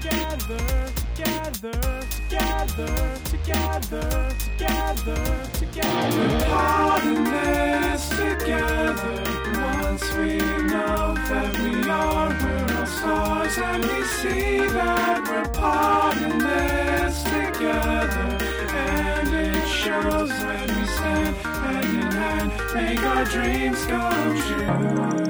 together, together, together, together, together, together. We're part in this together. Once we know that we are, we're all stars, and we see that we're part in this together. And it shows when we stand hand in hand, make our dreams come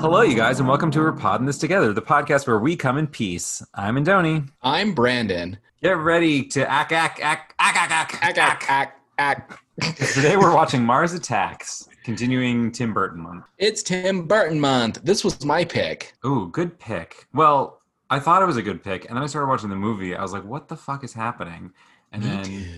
Hello, you guys, and welcome to We're Podding This Together, the podcast where we come in peace. I'm Indoni. I'm Brandon. Get ready to ack, ack, ack, ack, ack, ack, Ack, ack, ack, ack. Today we're watching Mars Attacks, continuing Tim Burton month. It's Tim Burton month. This was my pick. Ooh, good pick. Well, I thought it was a good pick, and then I started watching the movie. I was like, what the fuck is happening? And Um, then,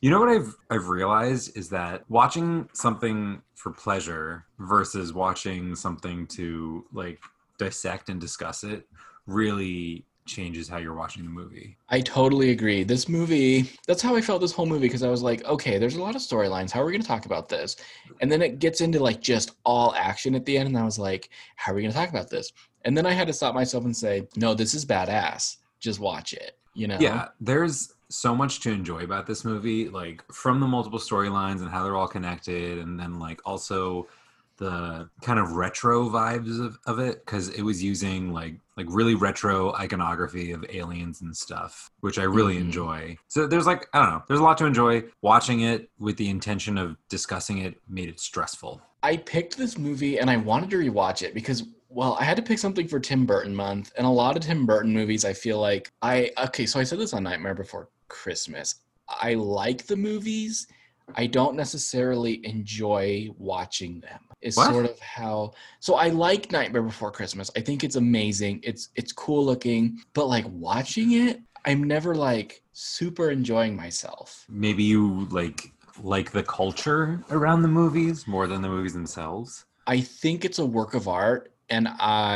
you know what I've, I've realized is that watching something for pleasure versus watching something to like dissect and discuss it really changes how you're watching the movie. I totally agree. This movie, that's how I felt this whole movie because I was like, okay, there's a lot of storylines. How are we going to talk about this? And then it gets into like just all action at the end. And I was like, how are we going to talk about this? And then I had to stop myself and say, no, this is badass. Just watch it. You know? Yeah, there's so much to enjoy about this movie, like from the multiple storylines and how they're all connected, and then like also the kind of retro vibes of, of it because it was using like like really retro iconography of aliens and stuff which i really Mhm. enjoy so there's like i don't know there's a lot to enjoy watching it with the intention of discussing it made it stressful I picked this movie and I wanted to rewatch it because well, I had to pick something for Tim Burton month, and a lot of Tim Burton movies I feel like I okay, so I said this on Nightmare Before Christmas. I like the movies. I don't necessarily enjoy watching them. Is What? sort of how so I like Nightmare Before Christmas. I think it's amazing. It's it's cool looking, but like watching it, I'm never like super enjoying myself. maybe you like like the culture around the movies more than the movies themselves I think it's a work of art and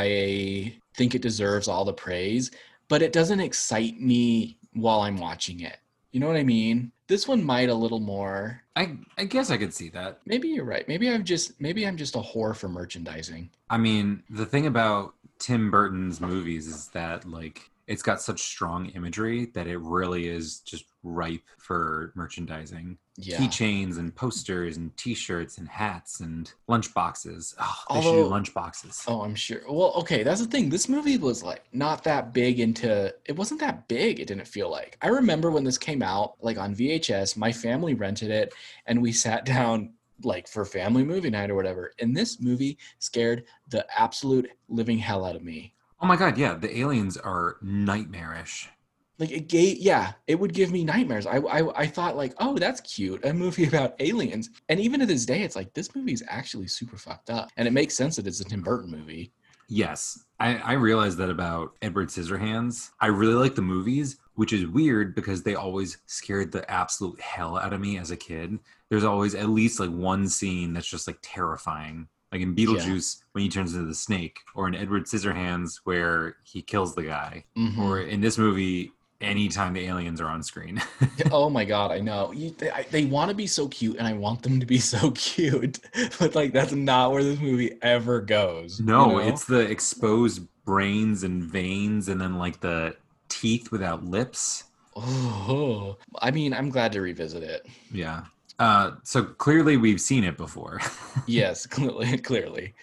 I think it deserves all the praise, but it doesn't excite me while I'm watching it. You know what I mean? This one might a little more. i i guess i could see that Maybe you're right. Maybe I'm just maybe I'm just a whore for merchandising. I mean, the thing about Tim Burton's movies is that like it's got such strong imagery that it really is just ripe for merchandising. Yeah. Keychains and posters and t-shirts and hats and lunchboxes. Oh, they should do Although- lunchboxes. Oh, I'm sure. Well, okay, that's the thing. This movie was like not that big into it wasn't that big, it didn't feel like. I remember when this came out, like on VHS, my family rented it and we sat down like for family movie night or whatever. And this movie scared the absolute living hell out of me. Oh my god, yeah, the aliens are nightmarish. Like it gave yeah, it would give me nightmares. I I, I thought like, oh, that's cute. A movie about aliens. And even to this day, it's like this movie is actually super fucked up. And it makes sense that it's a Tim Burton movie. Yes, I, I realized that about Edward Scissorhands. I really like the movies, which is weird because they always scared the absolute hell out of me as a kid. There's always at least like one scene that's just like terrifying. Like in Beetlejuice, when he turns into the snake, or in Edward Scissorhands, where he kills the guy, Mhm. or in this movie, anytime the aliens are on screen. oh my god i know you, they, I, they want to be so cute and i want them to be so cute but like that's not where this movie ever goes you no, know? it's the exposed brains and veins, and then like the teeth without lips. oh i mean i'm glad to revisit it Yeah. Uh, so clearly we've seen it before. yes clearly clearly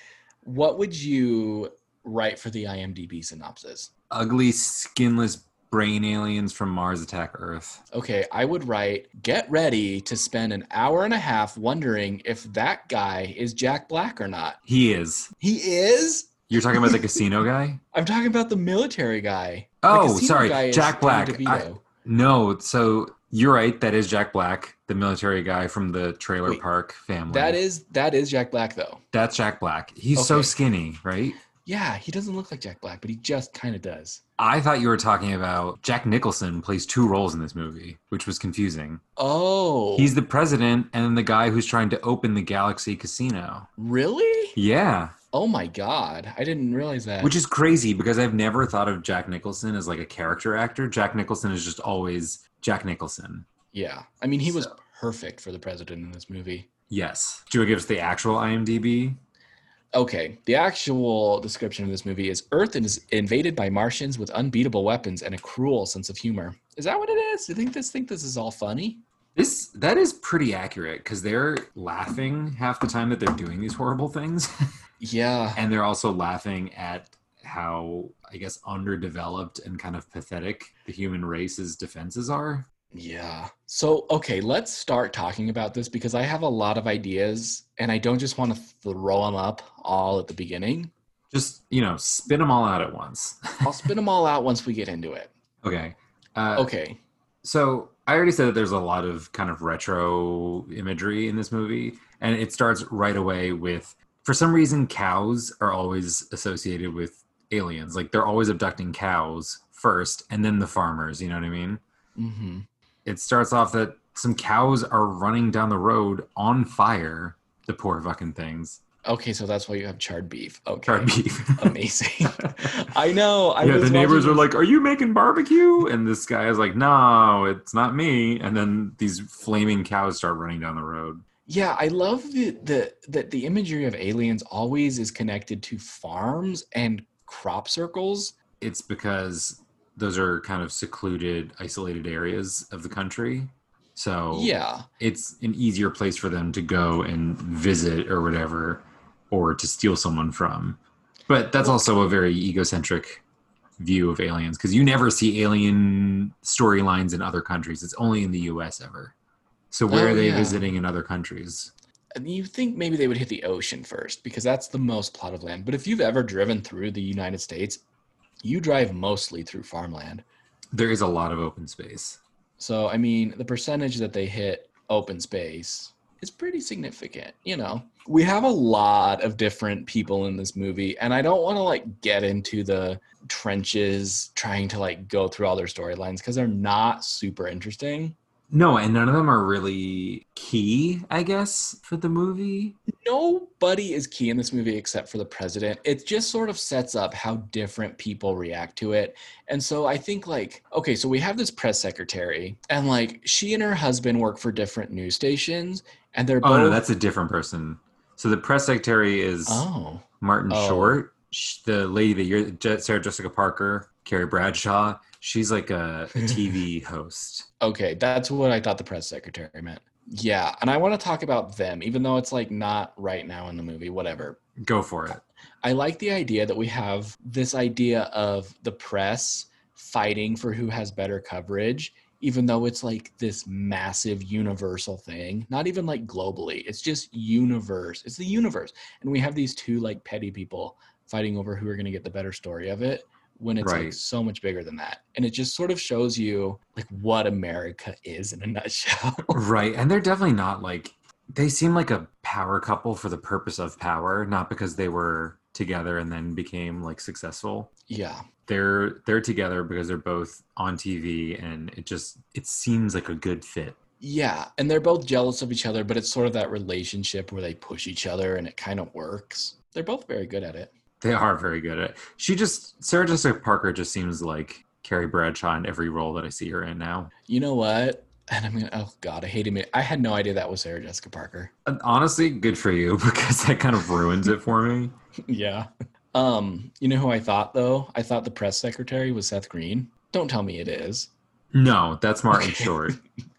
what would you write for the imdb synopsis Ugly, skinless brain aliens from Mars attack Earth. okay i would write get ready to spend an hour and a half wondering if that guy is jack black or not He is. he is You're talking about the casino guy? i'm talking about the military guy The Oh, casino sorry, guy is Jack Danny Black. DeVito. No, so you're right. That is Jack Black, the military guy from the Trailer Wait, Park family. That is that is Jack Black though. That's Jack Black. He's so Okay. skinny, right? Yeah, he doesn't look like Jack Black, but he just kind of does. I thought you were talking about Jack Nicholson plays two roles in this movie, which was confusing. Oh, He's the president and the guy who's trying to open the Galaxy Casino. really? Yeah. Oh my god, I didn't realize that. Which is crazy because I've never thought of Jack Nicholson as like a character actor. Jack Nicholson is just always Jack Nicholson. yeah, I mean he was So- perfect for the president in this movie. Yes. Do you want to give us the actual IMDb? Okay, the actual description of this movie is Earth is invaded by Martians with unbeatable weapons and a cruel sense of humor. Is that what it is? Do you think this think this is all funny? This that is pretty accurate because they're laughing half the time that they're doing these horrible things, Yeah. and they're also laughing at how I guess underdeveloped and kind of pathetic the human race's defenses are. Yeah. So, okay, let's start talking about this because I have a lot of ideas and I don't just want to throw them up all at the beginning. Just you know, spin them all out at once. I'll spin them all out once we get into it. okay. Uh, Okay. So I already said that there's a lot of kind of retro imagery in this movie, and it starts right away with, for some reason, cows are always associated with aliens. Like they're always abducting cows first, and then the farmers. You know what I mean? hmm It starts off that some cows are running down the road on fire. The poor fucking things. Okay, so that's why you have charred beef. Okay. Charred beef. Amazing. I know. I yeah, the was neighbors watching- are like, "Are you making barbecue?" And this guy is like, "No, it's not me." And then these flaming cows start running down the road. Yeah, I love the the that the imagery of aliens always is connected to farms and crop circles. it's because those are kind of secluded, isolated areas of the country. So Yeah. it's an easier place for them to go and visit or whatever, or to steal someone from. But that's also a very egocentric view of aliens because you never see alien storylines in other countries. It's only in the US ever. So where Oh, are they yeah. visiting in other countries? And you think maybe they would hit the ocean first because that's the most plot of land. But if you've ever driven through the United States, you drive mostly through farmland. There is a lot of open space. So I mean, the percentage that they hit open space is pretty significant, you know. We have a lot of different people in this movie, and I don't want to like get into the trenches trying to like go through all their storylines because they're not super interesting. No, and none of them are really key, I guess, for the movie. Nobody is key in this movie except for the president. It just sort of sets up how different people react to it. And so I think, like, okay, so we have this press secretary, and like she and her husband work for different news stations, and they're Oh both no, that's a different person. So the press secretary is Oh, Martin Oh. Short. Sh- The lady that you're Je- Sarah Jessica Parker, Carrie Bradshaw. She's like a, a TV host. okay. That's what I thought the press secretary meant. Yeah. And I want to talk about them, even though it's like not right now in the movie, whatever. Go for it. I like the idea that we have this idea of the press fighting for who has better coverage, even though it's like this massive universal thing, not even like globally. It's just universe. It's the universe. And we have these two like petty people fighting over who are going to get the better story of it when it's like Right. so much bigger than that. And it just sort of shows you like what America is in a nutshell. Right, and they're definitely not like they seem like a power couple for the purpose of power, not because they were together and then became like successful. yeah. They're they're together because they're both on TV, and it just it seems like a good fit. Yeah, and they're both jealous of each other, but it's sort of that relationship where they push each other and it kind of works. They're both very good at it. They are very good at. She just Sarah Jessica Parker just seems like Carrie Bradshaw in every role that I see her in now. You know what? And I'm gonna. Oh God, I hate him. I had no idea that was Sarah Jessica Parker. And honestly, good for you because that kind of ruins it for me. yeah. Um. You know who I thought though? I thought the press secretary was Seth Green. Don't tell me it is. No, that's Martin Okay. Short.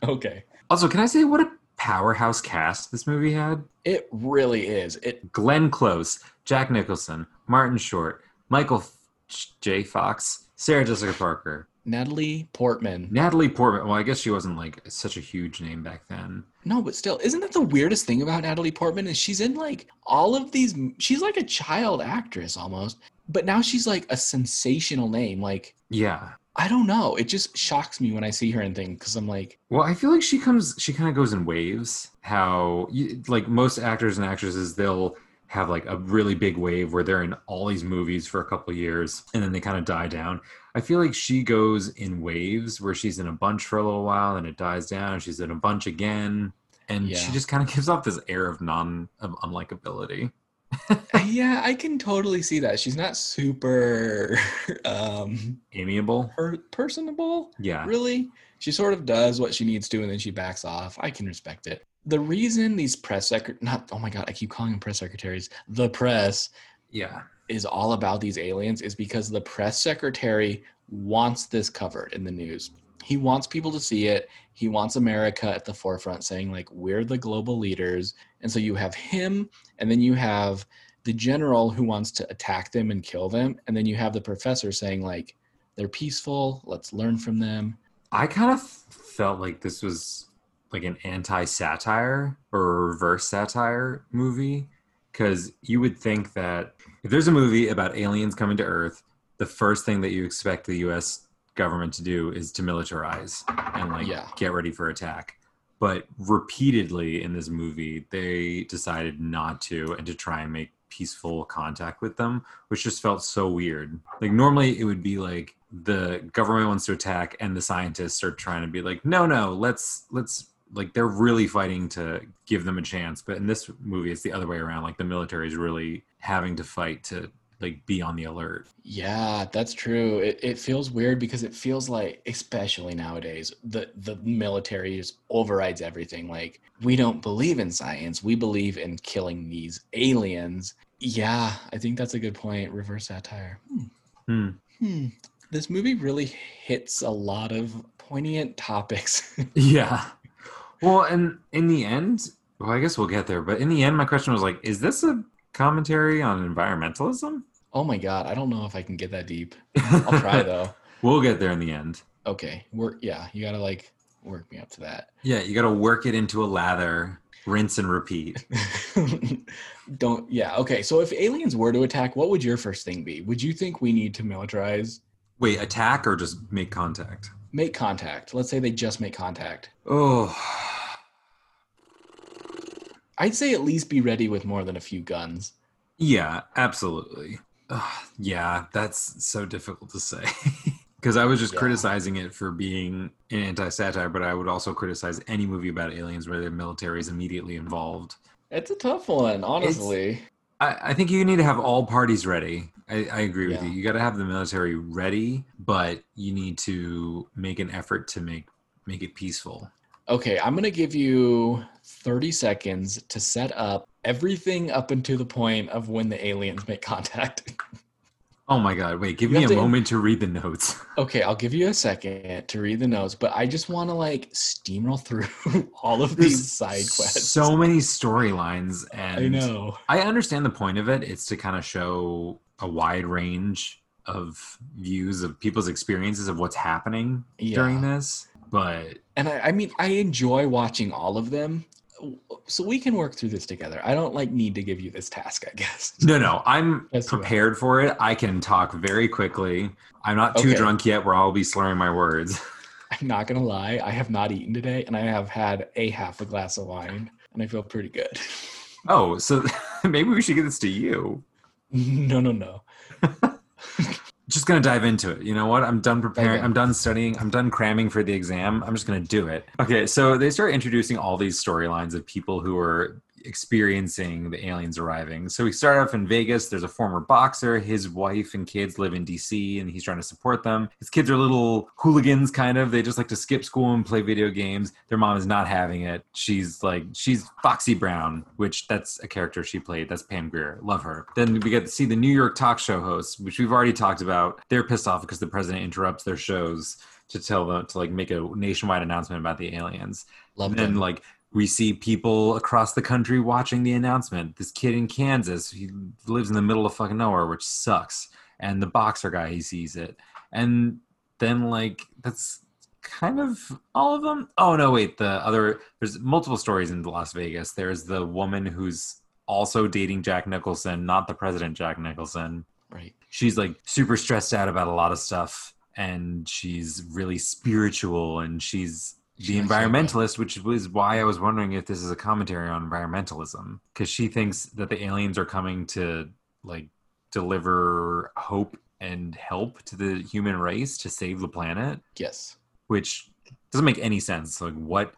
Okay. Also, can I say what a powerhouse cast this movie had? It really is. It. Glenn Close, Jack Nicholson, Martin Short, Michael F- J. Fox, Sarah Jessica Parker, Natalie Portman. Natalie Portman. Well, I guess she wasn't like such a huge name back then. No, but still, isn't that the weirdest thing about Natalie Portman? Is she's in like all of these? She's like a child actress almost, but now she's like a sensational name. Like Yeah. I don't know. It just shocks me when I see her in things because I'm like, Well, I feel like she comes, she kind of goes in waves. How, you, like, most actors and actresses, they'll have like a really big wave where they're in all these movies for a couple years and then they kind of die down. I feel like she goes in waves where she's in a bunch for a little while and it dies down. and She's in a bunch again. And Yeah. she just kind of gives off this air of non, of unlikability. yeah, I can totally see that. She's not super um, Amiable. per- personable, Yeah. really. She sort of does what she needs to, and then she backs off. I can respect it. the reason these press secret not oh my god, I keep calling them press secretaries. The press Yeah. is all about these aliens is because the press secretary wants this covered in the news. He wants people to see it. He wants America at the forefront, saying, like, we're the global leaders. And so you have him, and then you have the general who wants to attack them and kill them. And then you have the professor saying, like, they're peaceful. Let's learn from them. I kind of felt like this was like an anti satire or reverse satire movie because you would think that if there's a movie about aliens coming to Earth, the first thing that you expect the US government to do is to militarize and like Yeah. get ready for attack. But repeatedly in this movie, they decided not to and to try and make peaceful contact with them, which just felt so weird. Like normally it would be like the government wants to attack and the scientists are trying to be like, no, no, let's let's like they're really fighting to give them a chance. But in this movie, it's the other way around. Like the military is really having to fight to like be on the alert. Yeah, that's true. It, it feels weird because it feels like, especially nowadays, the, the military just overrides everything. Like, we don't believe in science, we believe in killing these aliens. Yeah, I think that's a good point. Reverse satire. Hmm. Hmm. Hmm. This movie really hits a lot of poignant topics. Yeah. Well, and in the end, well, I guess we'll get there. But in the end, my question was like, is this a commentary on environmentalism? oh my God, I don't know if I can get that deep. I'll try though. we'll get there in the end. Okay, work. Yeah, you gotta like work me up to that. Yeah, you got to work it into a lather, rinse and repeat. Don't, yeah, okay. So if aliens were to attack, what would your first thing be? Would you think we need to militarize? Wait, attack or just make contact? Make contact. Let's say they just make contact. Oh, I'd say at least be ready with more than a few guns. yeah, absolutely. Ugh, yeah, that's so difficult to say. Because I was just Yeah. criticizing it for being an anti satire, but I would also criticize any movie about aliens where the military is immediately involved. It's a tough one, honestly. I, I think you need to have all parties ready. I, I agree with Yeah. you. You got to have the military ready, but you need to make an effort to make make it peaceful. Okay, I'm gonna give you 30 seconds to set up everything up until the point of when the aliens make contact. Oh my God! Wait, give me You a have to- moment to read the notes. okay, I'll give you a second to read the notes, but I just wanna like steamroll through all of these side quests. So many storylines, and I know. I understand the point of it. It's to kind of show a wide range of views of people's experiences of what's happening Yeah. during this. But and I, I mean i enjoy watching all of them so we can work through this together i don't like need to give you this task i guess no, no, I'm Yes, you are. prepared for it. I can talk very quickly. I'm not too Okay. drunk yet, where I'll be slurring my words. i'm not gonna lie i have not eaten today and i have had a half a glass of wine and i feel pretty good Oh, so maybe we should give this to you. no no no Just gonna dive into it. You know what? I'm done preparing. Okay. I'm done studying. I'm done cramming for the exam. I'm just gonna do it. Okay, so they start introducing all these storylines of people who are experiencing the aliens arriving. So we start off in Vegas. There's a former boxer. His wife and kids live in DC and he's trying to support them. His kids are little hooligans, kind of. They just like to skip school and play video games. Their mom is not having it. She's like, she's Foxy Brown, which that's a character she played. That's Pam Greer. Love her. Then we get to see the New York talk show hosts, which we've already talked about. They're pissed off because the president interrupts their shows to tell them to like make a nationwide announcement about the aliens love and then them like we see people across the country watching the announcement this kid in kansas he lives in the middle of fucking nowhere which sucks and the boxer guy he sees it and then like that's kind of all of them oh no wait the other there's multiple stories in las vegas there's the woman who's also dating jack nicholson not the president jack nicholson right she's like super stressed out about a lot of stuff and she's really spiritual and she's the She likes yoga. environmentalist which was why i was wondering if this is a commentary on environmentalism because she thinks that the aliens are coming to like deliver hope and help to the human race to save the planet yes which doesn't make any sense like what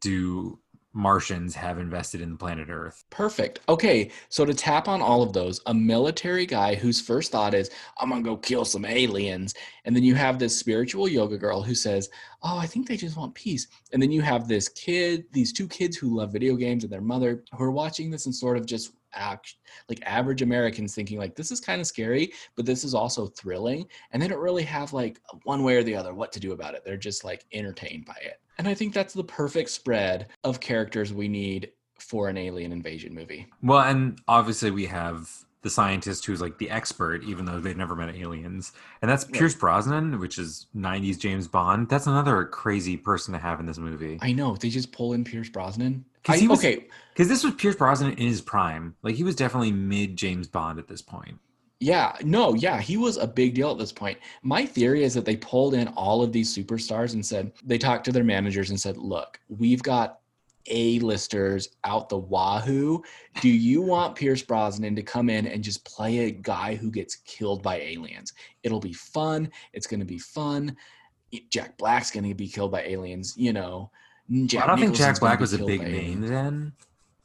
do Martians have invested in the planet Earth. Perfect. Okay, so to tap on all of those, a military guy whose first thought is, I'm gonna go kill some aliens. And then you have this spiritual yoga girl who says, Oh, I think they just want peace. And then you have this kid, these two kids who love video games and their mother who are watching this and sort of just act like average Americans thinking like this is kind of scary, but this is also thrilling. And they don't really have like one way or the other what to do about it. They're just like entertained by it. And I think that's the perfect spread of characters we need for an alien invasion movie. Well, and obviously we have the scientist who's like the expert, even though they've never met aliens. And that's Pierce Brosnan, which is 90s James Bond. That's another crazy person to have in this movie. I know they just pull in Pierce Brosnan. 'Cause I- he was- okay, Because this was Pierce Brosnan in his prime. Like he was definitely mid James Bond at this point. Yeah, no, yeah, he was a big deal at this point. My theory is that they pulled in all of these superstars and said, they talked to their managers and said, look, we've got A-listers out the wahoo. Do you want Pierce Brosnan to come in and just play a guy who gets killed by aliens? It'll be fun. It's going to be fun. Jack Black's going to be killed by aliens, you know. Jack I don't think Nicholson's Jack gonna Black be was a killed big by name aliens. then,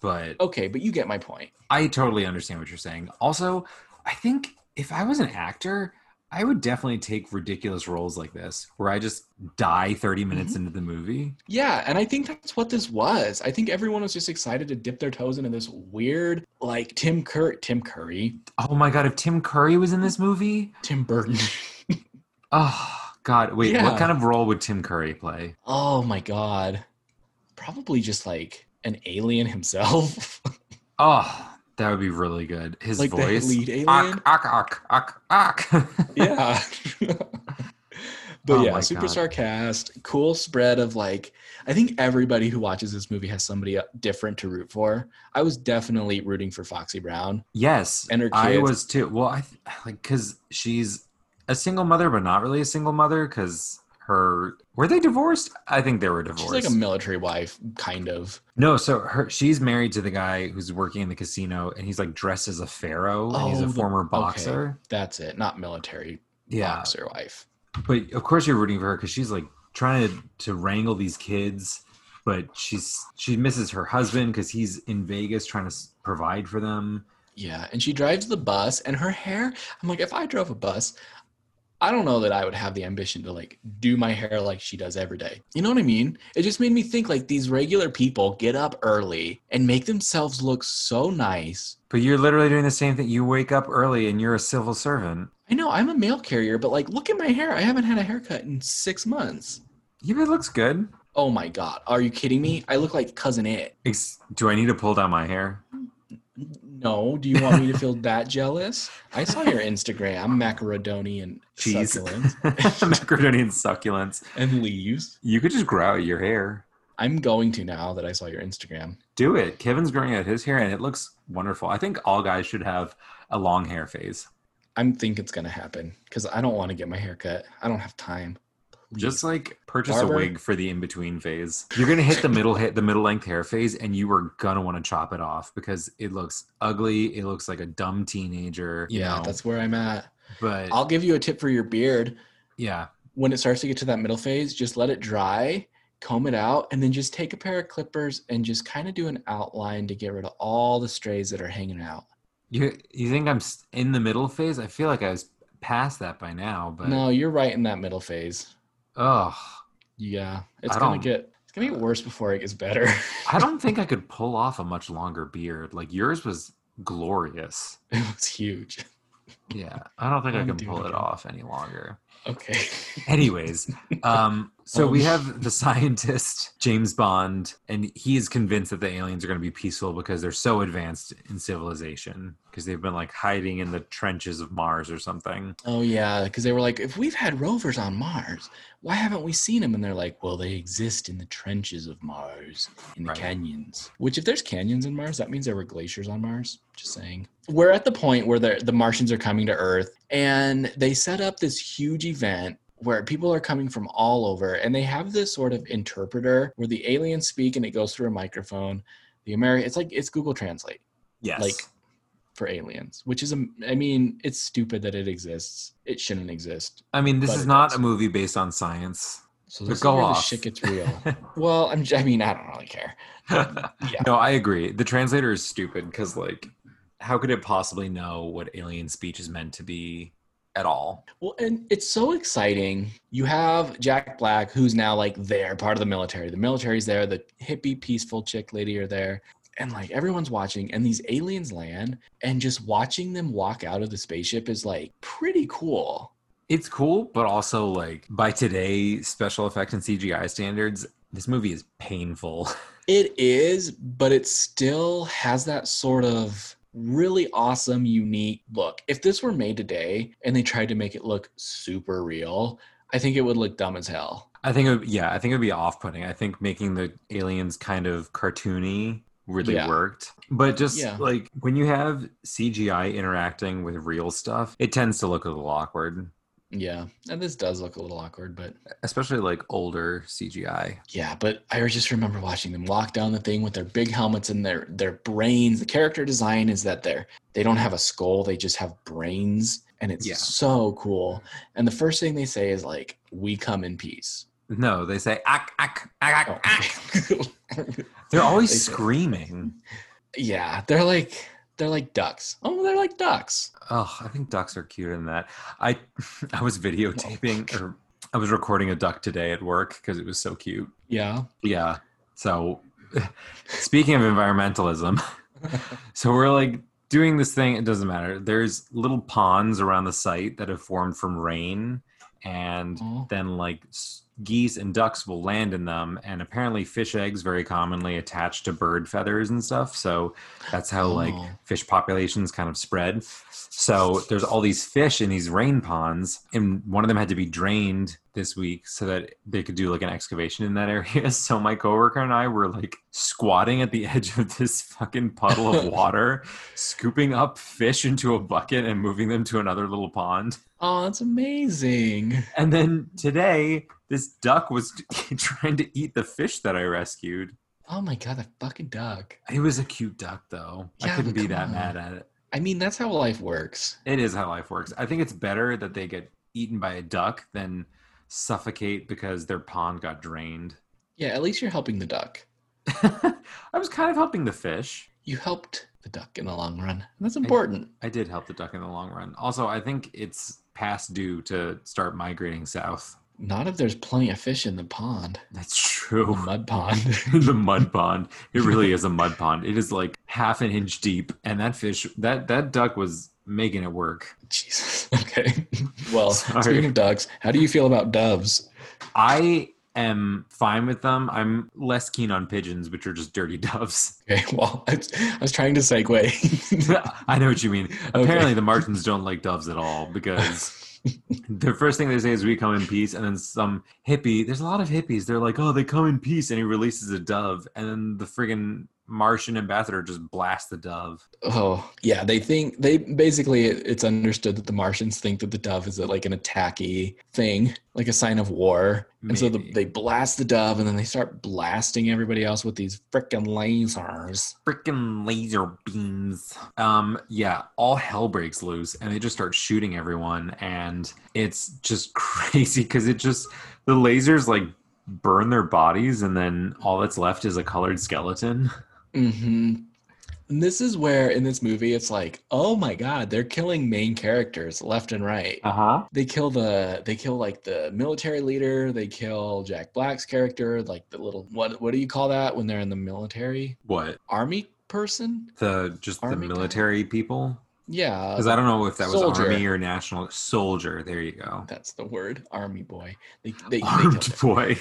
but Okay, but you get my point. I totally understand what you're saying. Also, I think if I was an actor, I would definitely take ridiculous roles like this where I just die 30 minutes Mm-hmm. into the movie. Yeah, and I think that's what this was. I think everyone was just excited to dip their toes into this weird, like Tim Cur Tim Curry, Oh my God, if Tim Curry was in this movie, Tim Burton. oh God, wait, Yeah. what kind of role would Tim Curry play? oh my god. Probably just like an alien himself. Oh, that would be really good. His Like the voice. lead alien? Awk, awk, awk, awk, awk. yeah. but Oh yeah, my God. superstar cast, cool spread of like I think everybody who watches this movie has somebody uh, different to root for. I was definitely rooting for Foxy Brown. Yes, And her I kids. was too. Well, I th- like because she's a single mother, but not really a single mother because her were they divorced? I think they were divorced. She's like a military wife kind of. no, so her she's married to the guy who's working in the casino, and he's like dressed as a pharaoh, and he's Oh, a the- former okay. boxer. That's it, not military Yeah, boxer wife. but of course you're rooting for her because she's like trying to, to wrangle these kids, but she's she misses her husband because he's in Vegas trying to s- provide for them. Yeah, and she drives the bus, and her hair. I'm like, if I drove a bus, I don't know that I would have the ambition to like do my hair like she does every day. You know what I mean? It just made me think like these regular people get up early and make themselves look so nice. But you're literally doing the same thing. You wake up early and you're a civil servant. I know I'm a mail carrier, but like, look at my hair. I haven't had a haircut in six months. Yeah, it looks good. Oh my God. Are you kidding me? I look like Cousin It. Ex- Do I need to pull down my hair? No, do you want me to feel that jealous? I saw your Instagram, macaroni and Cheese. succulents Macaroni and succulents. and leaves. You could just grow out your hair. I'm going to now that I saw your Instagram. Do it. Kevin's growing out his hair and it looks wonderful. I think all guys should have a long hair phase. I'm think it's gonna happen because I don't want to get my hair cut. I don't have time. Please. Just like purchase Barber? a wig for the in between phase. You're gonna hit the middle hit the middle length hair phase and you are gonna want to chop it off because it looks ugly. It looks like a dumb teenager. You yeah, know? that's where I'm at. but I'll give you a tip for your beard. yeah. When it starts to get to that middle phase, just let it dry, comb it out, and then just take a pair of clippers and just kind of do an outline to get rid of all the strays that are hanging out. You you think I'm s- in the middle phase? I feel like I was past that by now, but No, you're right in that middle phase. oh Yeah, it's I gonna don't- get it's gonna get worse before it gets better. I don't think I could pull off a much longer beard. Like yours was glorious. it was huge. Yeah, I don't think I I'm can doing pull it it again. off any longer. Okay. Anyways, um, so we Um. have the scientist James Bond, and he is convinced that the aliens are going to be peaceful because they're so advanced in civilization because they've been like hiding in the trenches of Mars or something. Oh yeah, because they were like, if we've had rovers on Mars, why haven't we seen them? And they're like, well, they exist in the trenches of Mars, in the Right. canyons. Which, if there's canyons in Mars, that means there were glaciers on Mars. Just saying. We're at the point where the the Martians are coming to Earth, and they set up this huge event where people are coming from all over, and they have this sort of interpreter where the aliens speak, and it goes through a microphone. The American, it's like it's Google Translate Yes, Like- for aliens, which is, am- I mean, it's stupid that it exists. It shouldn't exist. I mean, this but is it not does. a movie based on science. So But this go is where the off. shit gets real. well, I'm, j- I mean, I don't really care. Yeah. No, I agree. The translator is stupid because, like, how could it possibly know what alien speech is meant to be at all? Well, and it's so exciting. You have Jack Black, who's now like there, part of the military. The military's there. The hippie, peaceful chick lady are there. And like everyone's watching, and these aliens land, and just watching them walk out of the spaceship is like pretty cool. It's cool, but also, like, by today special effects and CGI standards, this movie is painful. It is, but it still has that sort of really awesome, unique look. If this were made today and they tried to make it look super real, I think it would look dumb as hell. I think, it would, yeah, I think it would be off putting. I think making the aliens kind of cartoony really Yeah. worked. But just Yeah. like when you have CGI interacting with real stuff, it tends to look a little awkward, Yeah, and this does look a little awkward, but especially like older CGI. yeah. But I just remember watching them walk down the thing with their big helmets and their their brains. The character design is that they're they don't have a skull; they just have brains, and it's Yeah. so cool. And the first thing they say is like, "We come in peace." No, they say ack ack ack Oh. ack. ack. They're always They say- screaming. Yeah, they're like they're like ducks. Oh, they're like ducks. Oh, I think ducks are cuter than that. I I was videotaping or I was recording a duck today at work because it was so cute. Yeah. Yeah. So speaking of environmentalism, so we're like doing this thing, it doesn't matter. There's little ponds around the site that have formed from rain and Oh. then like s- geese and ducks will land in them and apparently fish eggs very commonly attach to bird feathers and stuff so that's how like Oh. fish populations kind of spread so there's all these fish in these rain ponds and one of them had to be drained this week so that they could do like an excavation in that area so my coworker and i were like squatting at the edge of this fucking puddle of water scooping up fish into a bucket and moving them to another little pond Oh, that's amazing. and then today, this duck was trying to eat the fish that I rescued. Oh my god, that fucking duck. It was a cute duck, though. I Yeah, couldn't but be come that on. mad at it. I mean, that's how life works. It is how life works. I think it's better that they get eaten by a duck than suffocate because their pond got drained. Yeah, at least you're helping the duck. I was kind of helping the fish. You helped the duck in the long run. And that's important. I did help the duck in the long run. Also, I think it's past due to start migrating south. Not if there's plenty of fish in the pond. That's The true. mud pond. the mud pond. It really is a mud pond. It is like half an inch deep, and that fish, that that duck was making it work. Jesus. Okay. Well, Sorry. speaking of ducks, how do you feel about doves? I am fine with them. I'm less keen on pigeons, which are just dirty doves. Okay, well, I I was trying to segue. I know what you mean. Apparently, the Martins don't like doves at all because the first thing they say is "We come in peace," and then some hippie. There's a lot of hippies. They're like, "Oh, they come in peace," and he releases a dove, and then the friggin' Martian ambassador just blasts the dove. Oh, yeah. They think they basically it- it's understood that the Martians think that the dove is like an attacky thing, like a sign of war. And so the, Maybe. they blast the dove and then they start blasting everybody else with these frickin' lasers. freaking laser beams. Um, yeah, all hell breaks loose, and they just start shooting everyone, and it's just crazy because it just the lasers like burn their bodies, and then all that's left is a colored skeleton. hmm And this is where in this movie it's like, oh my god, they're killing main characters left and right. Uh huh. they kill the they kill like the military leader, they kill Jack Black's character, like the little what what do you call that when they're in the military? What Army person? the just Army the guy? military people? Yeah. Because I don't know if that was Soldier. army or national soldier. There you go. That's the word, army boy. They they, they Armed boy.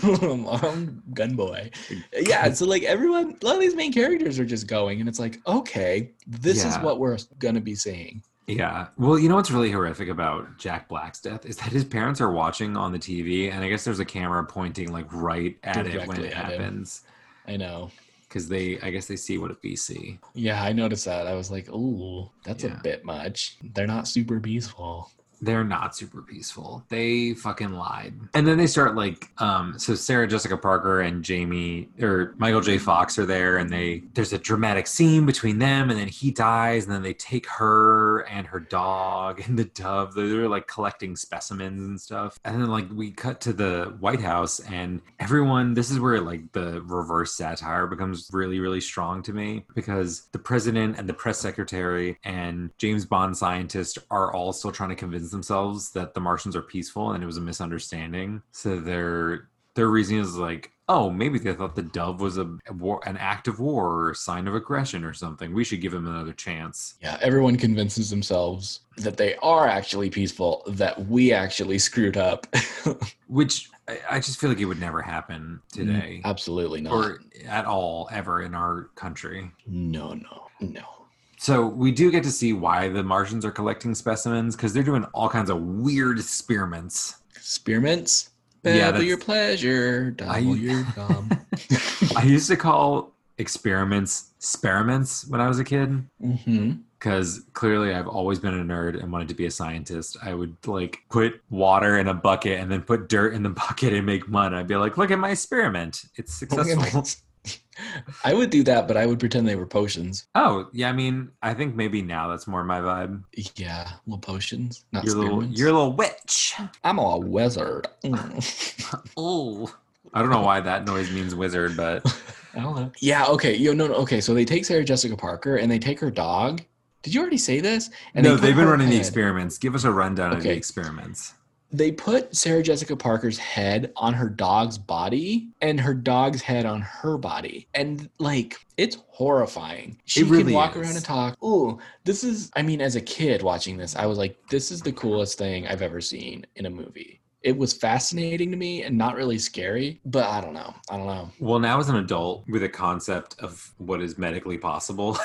Armed gun boy. Yeah, so like everyone, a lot of these main characters are just going, and it's like, okay, this is Yeah. what we're gonna be seeing. Yeah. Well, you know what's really horrific about Jack Black's death is that his parents are watching on the TV, and I guess there's a camera pointing like right at it when Directly it at him. happens I know. because they, I guess, they see what a BC. Yeah, I noticed that. I was like, ooh, that's Yeah. a bit much. They're not super peaceful. they're not super peaceful. They fucking lied. And then they start like um so Sarah Jessica Parker and Jamie or Michael J Fox are there and they there's a dramatic scene between them and then he dies and then they take her and her dog and the dove. They're, they're like collecting specimens and stuff. And then like we cut to the White House and everyone this is where like the reverse satire becomes really really strong to me because the president and the press secretary and James Bond scientist are all still trying to convince themselves that the Martians are peaceful and it was a misunderstanding. So their their reasoning is like, oh, maybe they thought the dove was a, a war, an act of war or a sign of aggression or something. We should give him another chance. Yeah, everyone convinces themselves that they are actually peaceful, that we actually screwed up. Which I, I just feel like it would never happen today Absolutely not. or at all ever in our country. no, no, no. So we do get to see why the Martians are collecting specimens because they're doing all kinds of weird experiments. Spearmints, Yeah, yeah, that's- your pleasure, I- double your gum. I used to call experiments experiments when I was a kid hmm because clearly I've always been a nerd and wanted to be a scientist. I would like put water in a bucket and then put dirt in the bucket and make mud. I'd be like, look at my experiment. It's successful. I would do that, but I would pretend they were potions. oh, yeah, I mean, I think maybe now that's more my vibe. Yeah, little potions, not You're a little spearmints. you're a little witch. I'm a wizard. Mm. Oh. I don't know why that noise means wizard, but I don't know. Yeah, okay. Yo, no, no, okay. So they take Sarah Jessica Parker and they take her dog. Did you already say this? And no, they they've put been her running the head- experiments. Give us a rundown of the Okay. experiments. They put Sarah Jessica Parker's head on her dog's body and her dog's head on her body. And like, it's horrifying. She really can walk is. around and talk. Ooh, this is, I mean, as a kid watching this, I was like, this is the coolest thing I've ever seen in a movie. It was fascinating to me and not really scary, but I don't know. I don't know. Well, now as an adult with a concept of what is medically possible,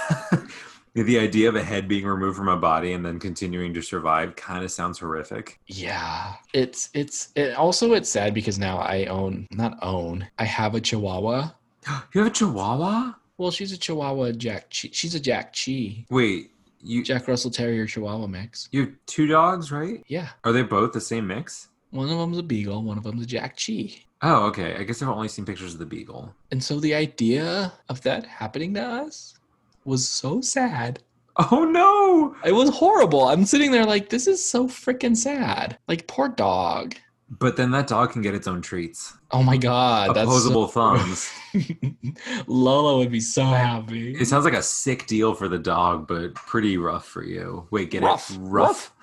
the idea of a head being removed from a body and then continuing to survive kind of sounds horrific. Yeah, it's it's it also it's sad because now I own not own I have a Chihuahua. You have a chihuahua? Well, she's a Chihuahua Jack. Chi, she's a Jack Chi, Wait, you Jack Russell Terrier Chihuahua mix. you have two dogs, right? Yeah, Are they both the same mix? one of them's a Beagle, one of them's a Jack Chi. Oh, okay. I guess I've only seen pictures of the beagle. And so the idea of that happening to us was so sad. Oh no! It was horrible. I'm sitting there like this is so freaking sad. Like poor dog. But then that dog can get its own treats. Oh my Uh, god, that's so- Opposable thumbs. Lola would be so happy. It sounds like a sick deal for the dog, but pretty rough for you. Wait, get Rough. it? Rough.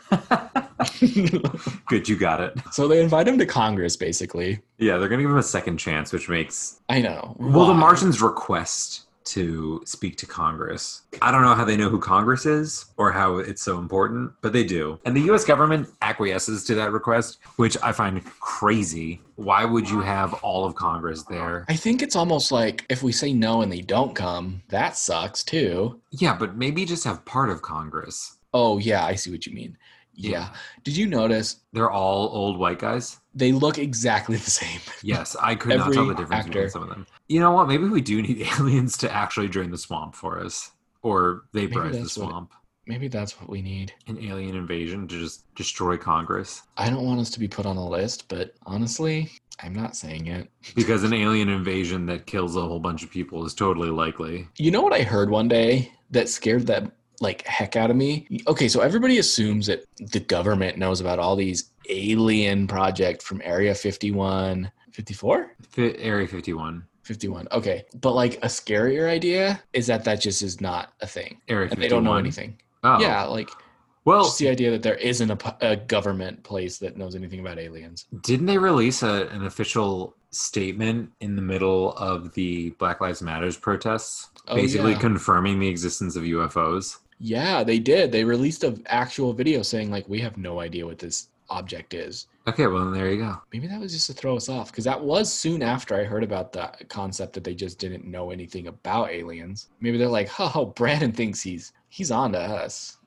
Good, you got it. So they invite him to Congress, basically. Yeah, they're gonna give him a second chance, which makes I know. well the Why? Martians request to speak to Congress. I don't know how they know who Congress is or how it's so important, but they do. And the US government acquiesces to that request, which I find crazy. Why would you have all of Congress there? I think it's almost like if we say no and they don't come, that sucks too. Yeah, but maybe just have part of Congress. Oh, yeah, I see what you mean. Yeah. Did you notice They're all old white guys. they look exactly the same? Yes, I could not Every tell the difference between actor. some of them. You know what? Maybe we do need aliens to actually drain the swamp for us or vaporize the that's what it- swamp. Maybe that's what we need. An alien invasion to just destroy Congress I don't want us to be put on a list, but honestly, I'm not saying it. because an alien invasion that kills a whole bunch of people is totally likely. You know what I heard one day that scared that like heck out of me? Okay, so everybody assumes that the government knows about all these alien project from Area 51, 54? Fi Area 51. 51. Okay. But like a scarier idea is that that just is not a thing. Area And 51. they don't know anything. Oh. Yeah, like Well, just the idea that there isn't a, pu- a government place that knows anything about aliens. didn't they release a, an official statement in the middle of the Black Lives Matters protests, Oh, basically yeah. confirming the existence of UFOs? Yeah, they did. They released an actual video saying like we have no idea what this object is. Okay, well, then there you go. Maybe that was just to throw us off because that was soon after I heard about the concept that they just didn't know anything about aliens. Maybe they're like, "Oh, Brandon thinks he's he's on to us."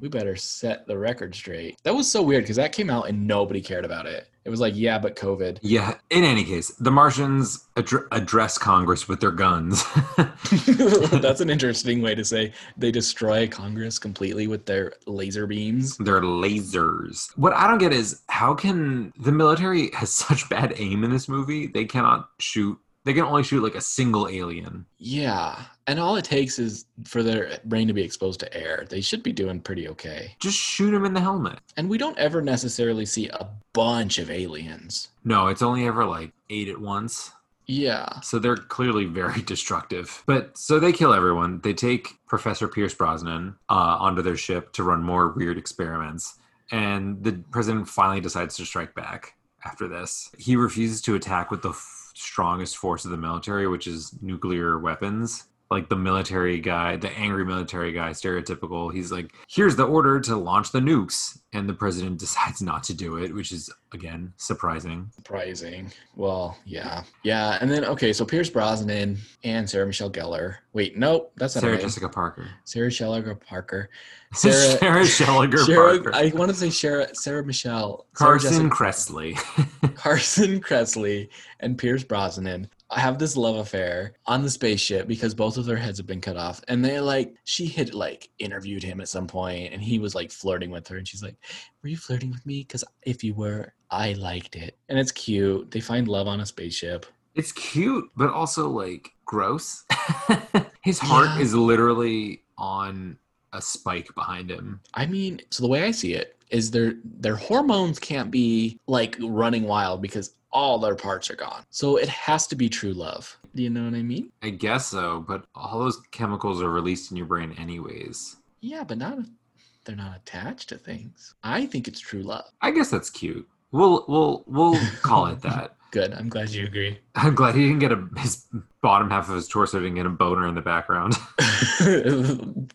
we better set the record straight. That was so weird because that came out and nobody cared about it. It was like, yeah, but COVID. Yeah. In any case, the Martians addr- address Congress with their guns. That's an interesting way to say they destroy Congress completely with their laser beams. They're lasers. What I don't get is how can the military has such bad aim in this movie? They cannot shoot. They can only shoot like a single alien. Yeah. And all it takes is for their brain to be exposed to air. They should be doing pretty okay. Just shoot him in the helmet. And we don't ever necessarily see a bunch of aliens. No, it's only ever like eight at once. Yeah. So they're clearly very destructive. But so they kill everyone. They take Professor Pierce Brosnan uh, onto their ship to run more weird experiments. And the president finally decides to strike back after this. He refuses to attack with the f- strongest force of the military, which is nuclear weapons. Like the military guy, the angry military guy, stereotypical. He's like, here's the order to launch the nukes. And the president decides not to do it, which is, again, surprising. Surprising. Well, yeah. Yeah. And then, okay, so Pierce Brosnan and Sarah Michelle Gellar. Wait, nope, that's not her Sarah name. Jessica Parker. Sarah Shelliger Parker. Sarah, Schellinger Sarah, Parker. I want to say Sarah, Sarah Michelle. Sarah Carson Jessica- Kressley. Carson Kressley and Pierce Brosnan have this love affair on the spaceship because both of their heads have been cut off. And they like, she had like interviewed him at some point and he was like flirting with her. And she's like, Were you flirting with me? Because if you were, I liked it. And it's cute. They find love on a spaceship. It's cute, but also like gross. His heart Yeah. is literally on a spike behind him. I mean, so the way I see it is their their hormones can't be like running wild because all their parts are gone. So it has to be true love. Do you know what I mean? I guess so, but all those chemicals are released in your brain anyways. Yeah, but not if they're not attached to things. I think it's true love. I guess that's cute. We'll we'll we'll call it that. Good. I'm glad you agree. I'm glad he didn't get a his bottom half of his torso didn't get a boner in the background.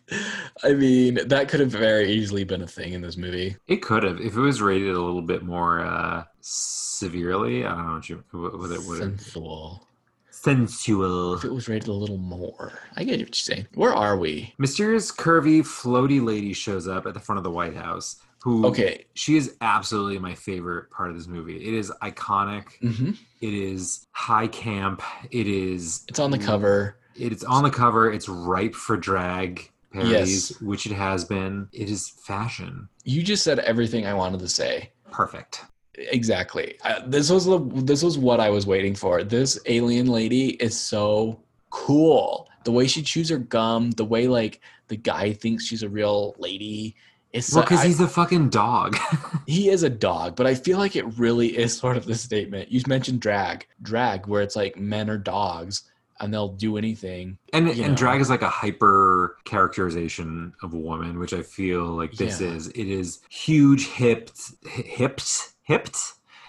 I mean, that could have very easily been a thing in this movie. It could have if it was rated a little bit more uh, severely. I don't know what you what what it would have Sensual. sensual. If it was rated a little more. I get what you're saying. Where are we? Mysterious curvy floaty lady shows up at the front of the White House. Who? Okay. She is absolutely my favorite part of this movie. It is iconic. hmm It is high camp. It is. It's on the cover. It's on the cover. It's ripe for drag parodies, Yes. which it has been. It is fashion. You just said everything I wanted to say. Perfect. Exactly. Uh, this was the, this was what I was waiting for. This alien lady is so cool. The way she chews her gum, the way like the guy thinks she's a real lady. It's so, well, because I- he's a fucking dog. he is a dog, but I feel like it really is sort of the statement. You mentioned drag, drag, where it's like men are dogs and they'll do anything. and You and know. drag is like a hyper characterization of a woman, which I feel like this Yeah. is. It is huge hipped, hipped, hipped.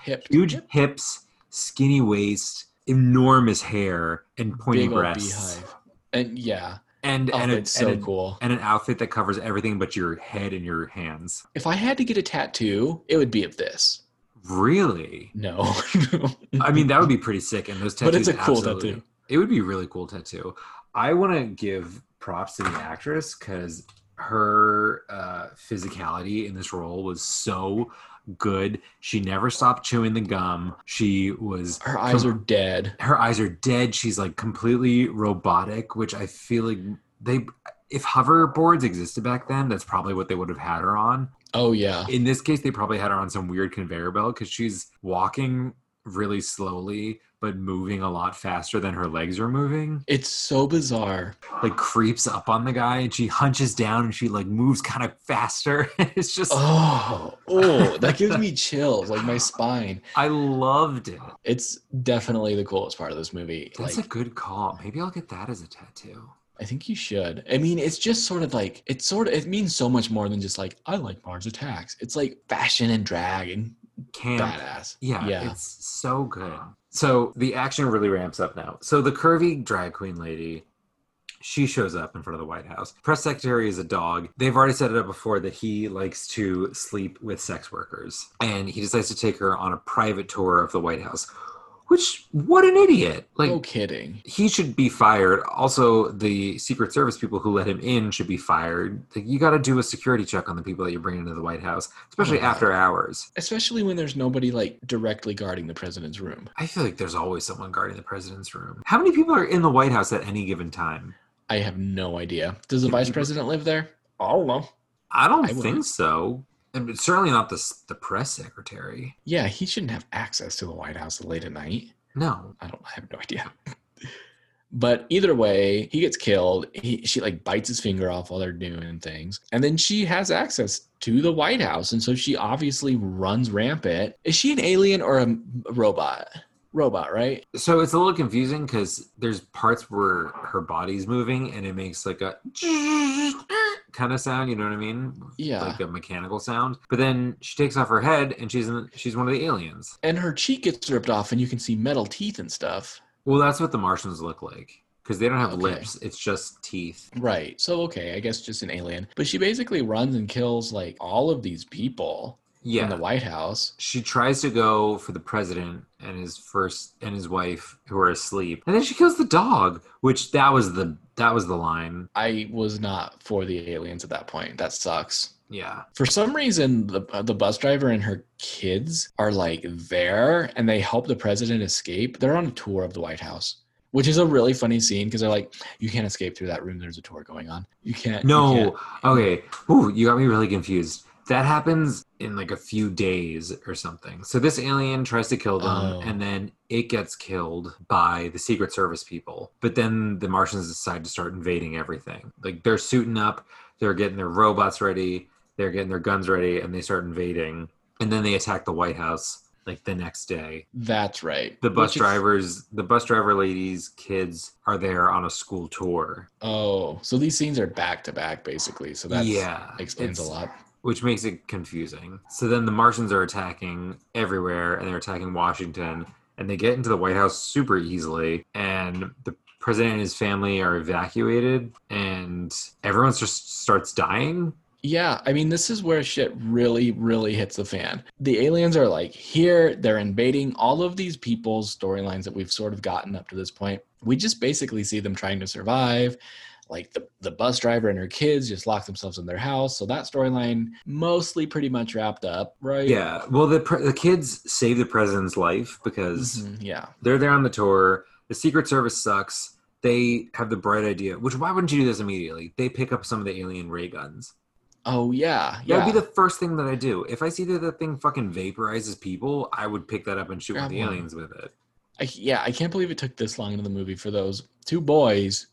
Hip, huge hips, skinny waist, enormous hair, and pointy big old breasts, beehive, and yeah, and oh, and, a, it's so and, a- cool. and an outfit that covers everything but your head and your hands. If I had to get a tattoo, it would be of this. Really, No, I mean that would be pretty sick. And those tattoos, Mm-hmm. but it's a cool absolutely- tattoo. It would be a really cool tattoo. I want to give props to the actress because her uh, physicality in this role was so good. She never stopped chewing the gum. She was Her eyes are dead. her eyes are dead. She's like completely robotic, which I feel like they if hoverboards existed back then, that's probably what they would have had her on. Oh yeah, In this case, they probably had her on some weird conveyor belt because she's walking really slowly but moving a lot faster than her legs are moving. it's so bizarre. Like creeps up on the guy and she hunches down and she like moves kind of faster. it's just Oh, oh, that gives me chills, like my spine. I loved it. It's definitely the coolest part of this movie. That's like, a good call. Maybe I'll get that as a tattoo. I think you should. I mean, it's just sort of like it's sort of it means so much more than just like I like Mars Attacks. It's like fashion and drag and Camp. badass. Yeah, yeah. it's so good. So the action really ramps up now. So the curvy drag queen lady, she shows up in front of the White House. Press secretary is a dog. They've already set it up before that he likes to sleep with sex workers, and he decides to take her on a private tour of the White House. Which, what an idiot! Like, no kidding. he should be fired. Also, the Secret Service people who let him in should be fired. Like, you got to do a security check on the people that you bring into the White House, especially Oh, yeah. after hours. Especially when there's nobody like directly guarding the president's room. I feel like there's always someone guarding the president's room. How many people are in the White House at any given time? I have no idea. Does the Yeah, vice people- president live there? I don't know. I don't I wouldn't. think so. And it's certainly not the s- the press secretary. Yeah, he shouldn't have access to the White House late at night. No. I don't I have no idea. But either way, he gets killed. He, she like bites his finger off while they're doing things. And then she has access to the White House. And so she obviously runs rampant. Is she an alien or a m- robot? Robot, right? So it's a little confusing because there's parts where her body's moving and it makes like a kind of sound. You know what I mean? Yeah. Like a mechanical sound. But then she takes off her head and she's in, she's one of the aliens. and her cheek gets ripped off and you can see metal teeth and stuff. Well, that's what the Martians look like because they don't have Okay. lips. It's just teeth. Right. So okay, I guess just an alien. But she basically runs and kills like all of these people Yeah. in the White House. she tries to go for the president and his first and his wife who are asleep and then she kills the dog which that was the that was the line I was not for the aliens at that point. That sucks. yeah For some reason, the the bus driver and her kids are like there, and they help the president escape. They're on a tour of the White House, which is a really funny scene because they're like, "You can't escape through that room. There's a tour going on. You can't." you can't." no okay Ooh, you got me really confused that happens in like a few days or something so this alien tries to kill them Oh. and then it gets killed by the secret service people but then the martians decide to start invading everything like they're suiting up they're getting their robots ready they're getting their guns ready and they start invading and then they attack the white house like the next day That's right. the bus Which is- drivers the bus driver ladies kids are there on a school tour Oh, so these scenes are back to back, basically. So that yeah explains a it's- lot. which makes it confusing so then the martians are attacking everywhere and they're attacking washington and they get into the white house super easily and the president and his family are evacuated and everyone just starts dying Yeah, I mean, this is where shit really, really hits the fan. The aliens are like here, they're invading all of these people's storylines that we've sort of gotten up to this point. We just basically see them trying to survive. Like the, the bus driver and her kids just lock themselves in their house. So that storyline mostly pretty much wrapped up, right? yeah well the, pre- the kids save the president's life because Mhm, yeah. They're there on the tour. The Secret Service sucks. They have the bright idea, which why wouldn't you do this immediately? They pick up some of the alien ray guns. Oh, yeah. That Yeah. would be the first thing that I do. If I see that that thing fucking vaporizes people, I would pick that up and shoot one Grab of the one. aliens with it. I, yeah, I can't believe it took this long into the movie for those two boys,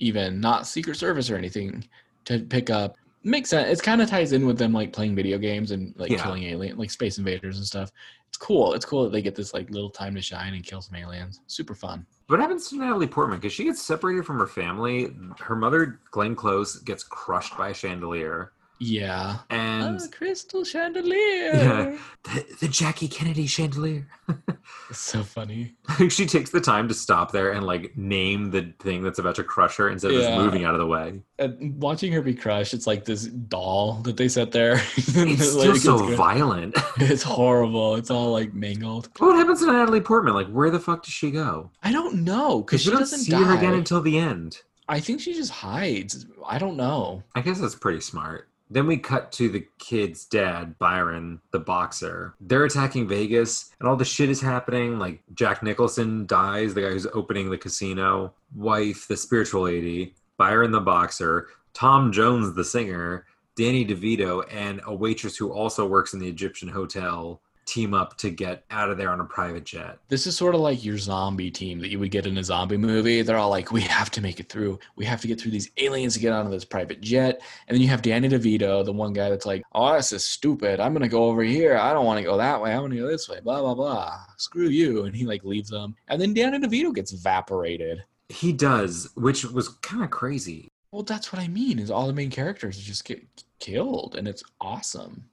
even not Secret Service or anything, to pick up. Makes sense. It kind of ties in with them like playing video games and like Yeah. killing alien, like space invaders and stuff. It's cool. It's cool that they get this like little time to shine and kill some aliens. Super fun. What happens to Natalie Portman? Because she gets separated from her family. Her mother, Glenn Close, gets crushed by a chandelier. Yeah. And oh, crystal chandelier. Yeah. the, the Jackie Kennedy chandelier. It's so funny. she takes the time to stop there and like name the thing that's about to crush her instead of just Yeah. moving out of the way. And watching her be crushed, it's like this doll that they set there. And the It's still lady gets so crushed. violent. It's horrible. It's all like mangled. What happens to Natalie Portman? Like, where the fuck does she go? I don't know Because because she we don't doesn't see die. her again until the end. I think she just hides. I don't know. I guess that's pretty smart. Then we cut to the kid's dad, Byron, the boxer. They're attacking Vegas, and all the shit is happening. Like, Jack Nicholson dies, the guy who's opening the casino, wife, the spiritual lady, Byron, the boxer, Tom Jones, the singer, Danny DeVito, and a waitress who also works in the Egyptian hotel team up to get out of there on a private jet. This is sort of like your zombie team that you would get in a zombie movie. They're all like, "We have to make it through. We have to get through these aliens to get onto this private jet." And then you have Danny DeVito, the one guy that's like, "Oh, this is stupid. I'm gonna go over here. I don't want to go that way. I'm gonna go this way. Blah blah blah. Screw you." And he like leaves them. And then Danny DeVito gets evaporated. He does, which was kind of crazy. Well, that's what I mean. Is all the main characters just get killed, and it's awesome.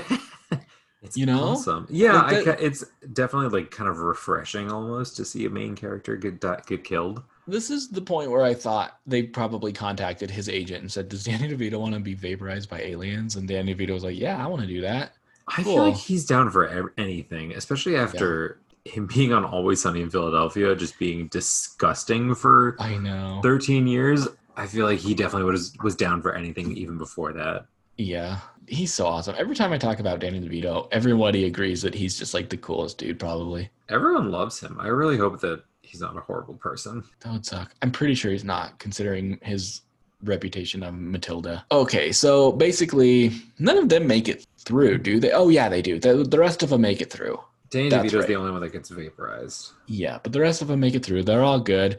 it's You know? awesome. Yeah, Like I that- ca- it's definitely like kind of refreshing almost to see a main character get di- get killed. This is the point where I thought they probably contacted his agent and said, "Does Danny DeVito want to be vaporized by aliens?" And Danny DeVito was like, "Yeah, I want to do that." I feel like Cool. he's down for ev- anything, e-, especially after him being on Always Sunny in Philadelphia just being disgusting for I know. 13 years, I feel like he definitely was was down for anything even before that. Yeah, he's so awesome. Every time I talk about Danny DeVito, everybody agrees that he's just like the coolest dude, probably. Everyone loves him. I really hope that he's not a horrible person. That would suck. I'm pretty sure he's not, considering his reputation of Matilda. Okay, so basically, none of them make it through, do they? Oh, yeah, they do. The, the rest of them make it through. Danny That's DeVito's right. the only one that gets vaporized. Yeah, but the rest of them make it through. They're all good.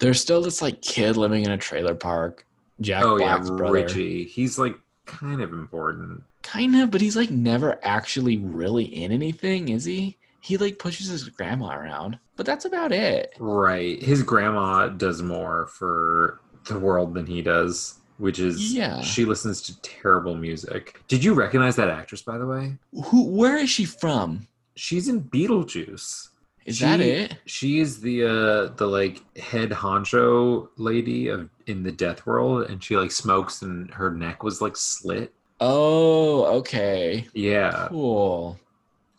There's still this like kid living in a trailer park. Jack oh Black's yeah, brother. Richie. He's like kind of important. Kind of, but he's like never actually really in anything, is he? He like pushes his grandma around, but that's about it. Right. His grandma does more for the world than he does, which is Yeah. she listens to terrible music. Did you recognize that actress by the way? Who? Where is she from? She's in Beetlejuice. Is She- that it? She is the uh the like head honcho lady of in the death world and she like smokes and her neck was like slit. Oh, okay. Yeah. Cool.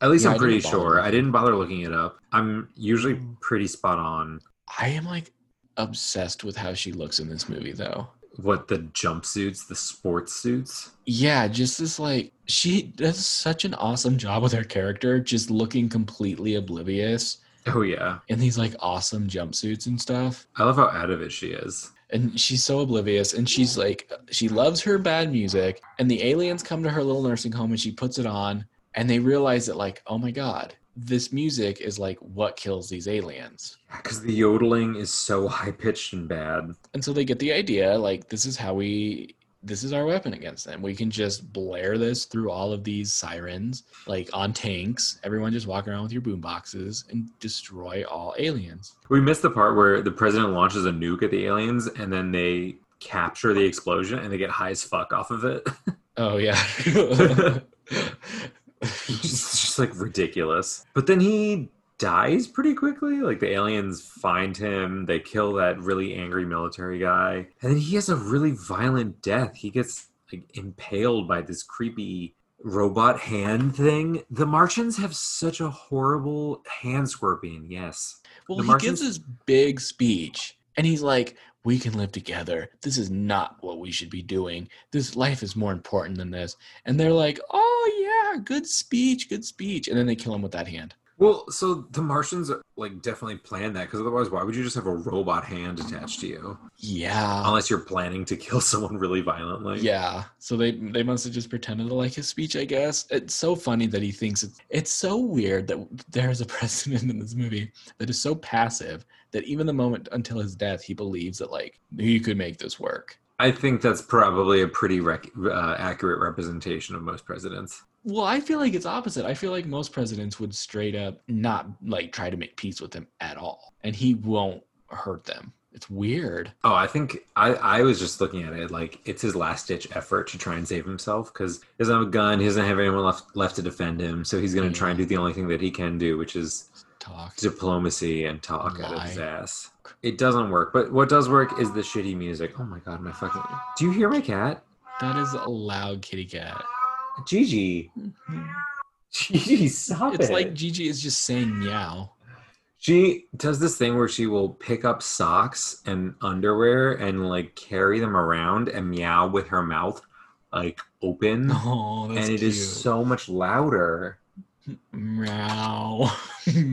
At least Yeah, I I'm didn't pretty bother sure. looking. Hmm. I didn't bother looking it up. I'm usually pretty spot on I am like obsessed with how she looks in this movie, though. what the jumpsuits, the sports suits. Yeah, just this like she does such an awesome job with her character, just looking completely oblivious Oh yeah, in these like awesome jumpsuits and stuff. I love how out of it she is. And she's so oblivious, and she's like, she loves her bad music. And the aliens come to her little nursing home, and she puts it on, and they realize that like, oh my god, this music is like what kills these aliens. Because the yodeling is so high pitched and bad. And so they get the idea like this is how we this is our weapon against them. We can just blare this through all of these sirens, like on tanks. Everyone just walk around with your boom boxes and destroy all aliens. We missed the part where the president launches a nuke at the aliens, and then they capture the explosion and they get high as fuck off of it. Oh yeah. it's just, just like ridiculous. But then he dies pretty quickly. Like the aliens find him, they kill that really angry military guy, and then he has a really violent death. He gets like impaled by this creepy robot hand thing. The Martians have such a horrible hand scorpion. Yes. well, The he Martians- gives this big speech and he's like, We can live together. This is not what we should be doing. This life is more important than this. And they're like, Oh yeah, good speech, good speech. And then they kill him with that hand. Well, so the Martians like definitely planned that because otherwise, why would you just have a robot hand attached to you? Yeah. Unless you're planning to kill someone really violently. yeah so they they must have just pretended to like his speech i guess it's so funny that he thinks it's, it's so weird that there is a president in this movie that is so passive that even the moment until his death he believes that like he could make this work I think that's probably a pretty rec- uh, accurate representation of most presidents. well i feel like it's opposite i feel like most presidents would straight up not like try to make peace with them at all and he won't hurt them it's weird Oh, I think I, I was just looking at it like it's his last ditch effort to try and save himself because he doesn't have a gun, he doesn't have anyone left left to defend him, so he's going to try and do the only thing that he can do, which is talk diplomacy and talk out of his Lie. ass. It doesn't work, but what does work is the shitty music. Oh my god, my fucking! Do you hear my cat? that is a loud kitty cat Gigi, Mm-hmm. Gigi, stop it's it! like gigi is just saying meow She does this thing where she will pick up socks and underwear and like carry them around and meow with her mouth like open. Oh, and that's it is cute. so much louder. meow. Here.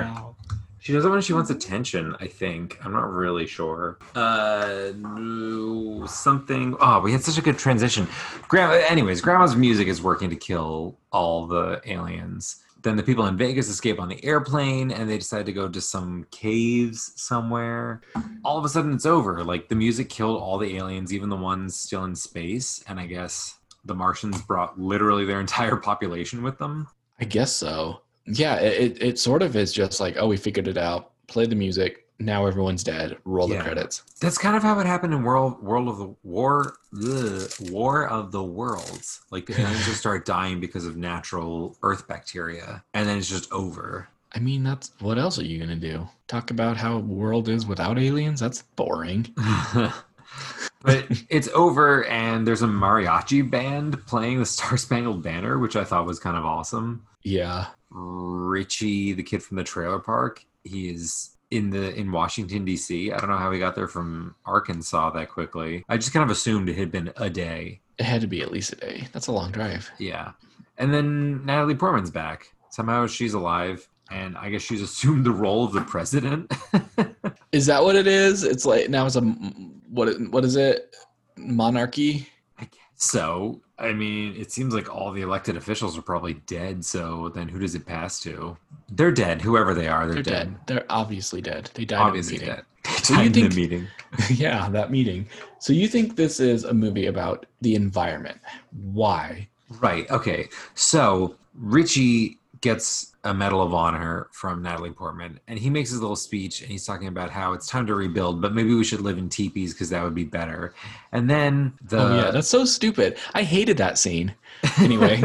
Meow. She does it when she wants attention, I think. I'm not really sure. Uh, no, something. Oh, we had such a good transition. Grandma, anyways, Grandma's music is working to kill all the aliens. Then the people in Vegas escape on the airplane and they decide to go to some caves somewhere. All of a sudden, it's over. Like, the music killed all the aliens, even the ones still in space. And I guess the Martians brought literally their entire population with them. I guess so. Yeah, it, it, it sort of is just like, oh, we figured it out. Play the music. Now everyone's dead. Roll Yeah. the credits. That's kind of how it happened in World World of the War the War of the Worlds. Like the aliens just start dying because of natural Earth bacteria, and then it's just over. I mean, that's what else are you gonna do? Talk about how world is without aliens? That's boring. the But it's over, and there's a mariachi band playing the Star Spangled Banner, which I thought was kind of awesome. Yeah. Richie, the kid from the trailer park, he is in the in Washington D.C. I don't know how he got there from Arkansas that quickly. I just kind of assumed it had been a day. It had to be at least a day. That's a long drive. Yeah. And then Natalie Portman's back. Somehow she's alive, and I guess she's assumed the role of the president. Is that what it is? It's like now it's a m- what it- what is it? Monarchy? so, I mean, it seems like all the elected officials are probably dead. So then who does it pass to? They're dead. Whoever they are, they're, They're dead. dead. They're obviously dead. They died Obviously in the meeting. dead. So you Time to think- meeting. yeah, that meeting. So you think this is a movie about the environment? Why? Right. Okay. So Richie gets a Medal of Honor from Natalie Portman, and he makes his little speech, and he's talking about how it's time to rebuild, but maybe we should live in teepees because that would be better. And then the oh yeah, that's so stupid. I hated that scene. Anyway,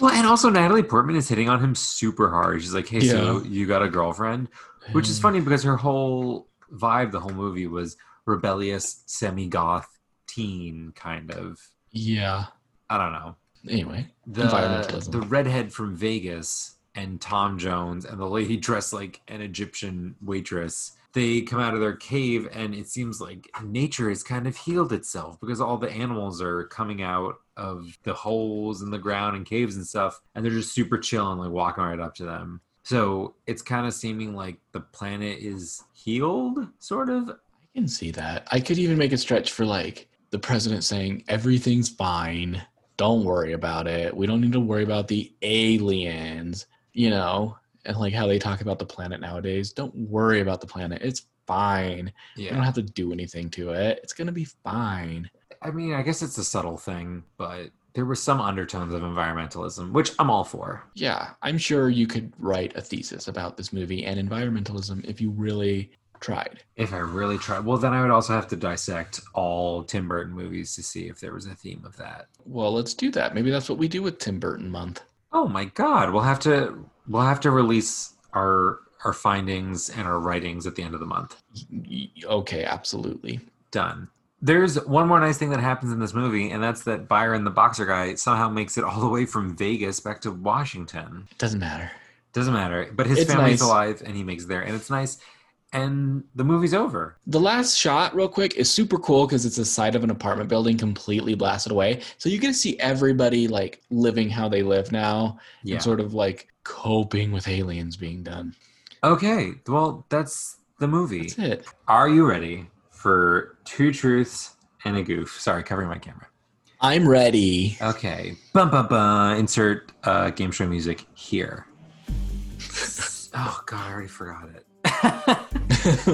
well, and also Natalie Portman is hitting on him super hard. She's like, "Hey, so you got a girlfriend?" Which Hmm. is funny because her whole vibe, the whole movie, was rebellious, semi-goth teen kind of. Yeah. I don't know. Anyway, the Environmentalism. the redhead from Vegas and Tom Jones and the lady dressed like an Egyptian waitress. They come out of their cave and it seems like nature has kind of healed itself because all the animals are coming out of the holes in the ground and caves and stuff, and they're just super chill and like walking right up to them. So it's kind of seeming like the planet is healed, sort of. I can see that. I could even make a stretch for like the president saying everything's fine. Don't worry about it. We don't need to worry about the aliens, you know, and like how they talk about the planet nowadays. Don't worry about the planet. It's fine. You Yeah. don't have to do anything to it. It's going to be fine. I mean, I guess it's a subtle thing, but there were some undertones of environmentalism, which I'm all for. Yeah, I'm sure you could write a thesis about this movie and environmentalism if you really tried. If I really try, well, then I would also have to dissect all Tim Burton movies to see if there was a theme of that. Well, let's do that. Maybe that's what we do with Tim Burton month. Oh my God, we'll have to we'll have to release our our findings and our writings at the end of the month. Y- y- Okay, absolutely. Done. There's one more nice thing that happens in this movie, and that's that Byron, the boxer guy, somehow makes it all the way from Vegas back to Washington. It doesn't matter. Doesn't matter, but his It's family's nice. alive, and he makes it there, and it's nice. And the movie's over. The last shot, real quick, is super cool because it's the side of an apartment building completely blasted away. So you get to see everybody like living how they live now Yeah. and sort of like coping with aliens being done. Okay. Well, that's the movie. That's it. Are you ready for two truths and a goof? Sorry, covering my camera. I'm ready. Okay. Bum bum bum. Insert uh, game show music here. oh God, I already forgot it.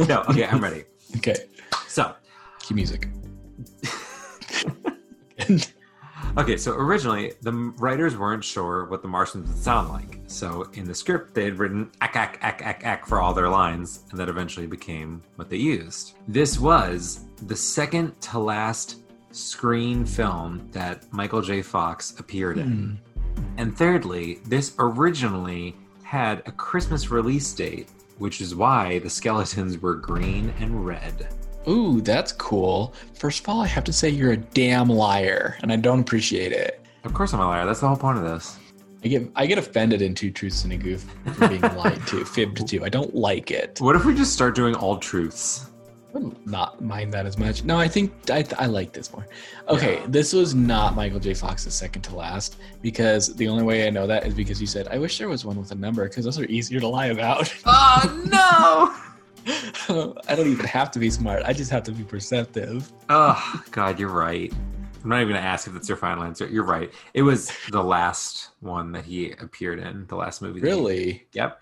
no. Okay, I'm ready. Okay, So, cue music. okay. So originally, the writers weren't sure what the Martians would sound like. So in the script, they had written "ack ack ack ack ack" for all their lines, and that eventually became what they used. This was the second to last screen film that Michael J. Fox appeared in. Hmm. And thirdly, this originally had a Christmas release date, which is why the skeletons were green and red. Ooh, that's cool. First of all, I have to say you're a damn liar, and I don't appreciate it. Of course, I'm a liar. That's the whole point of this. I get I get offended in two truths and a goof for being lied to, fibbed to. I don't like it. What if we just start doing all truths? wouldn't not mind that as much. No, I think I, I like this more. Okay, this was not Michael J. Fox's second to last because the only way I know that is because you said, I wish there was one with a number because those are easier to lie about. Oh I don't even have to be smart, I just have to be perceptive. no! oh God, you're right. I'm not even gonna ask if that's your final answer. You're right. It was the last one that he appeared in, the last movie. that he- Really? yep.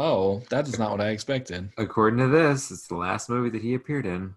Oh, that is not what I expected. According to this, it's the last movie that he appeared in.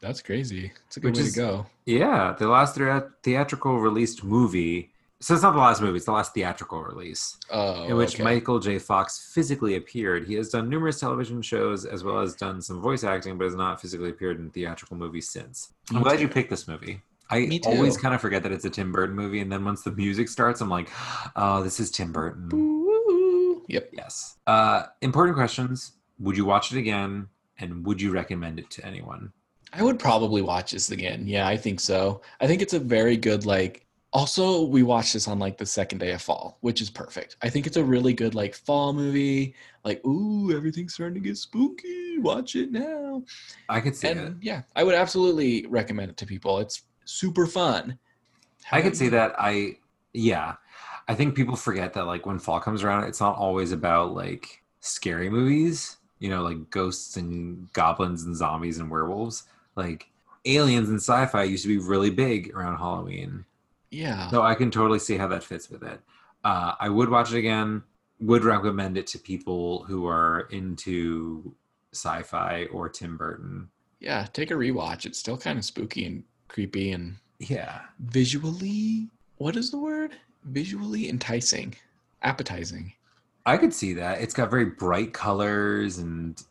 That's crazy. It's a good Which way is- to go. Yeah, the last thea- theatrical released movie. So it's not the last movie; it's the last theatrical release Oh, in which okay. Michael J. Fox physically appeared. He has done numerous television shows as well as done some voice acting, but has not physically appeared in theatrical movies since. I'm Me glad too. you picked this movie. I Me too. always kind of forget that it's a Tim Burton movie, and then once the music starts, I'm like, "Oh, this is Tim Burton." Boo. Yep. Yes. Uh, important questions: Would you watch it again? And would you recommend it to anyone? I would probably watch this again. Yeah, I think so. I think it's a very good like also we watched this on like the second day of fall, which is perfect. I think it's a really good like fall movie. Like, ooh, everything's starting to get spooky. Watch it now. I could see it. And yeah, I would absolutely recommend it to people. It's super fun. I could see that. I yeah, I think people forget that like when fall comes around, it's not always about like scary movies. You know, like ghosts and goblins and zombies and werewolves. Like aliens and sci-fi used to be really big around Halloween. Yeah. So I can totally see how that fits with it. Uh, I would watch it again. Would recommend it to people who are into sci-fi or Tim Burton. Yeah, take a rewatch. It's still kind of spooky and creepy and Yeah, visually what is the word? Visually enticing. Appetizing. I could see that. It's got very bright colors and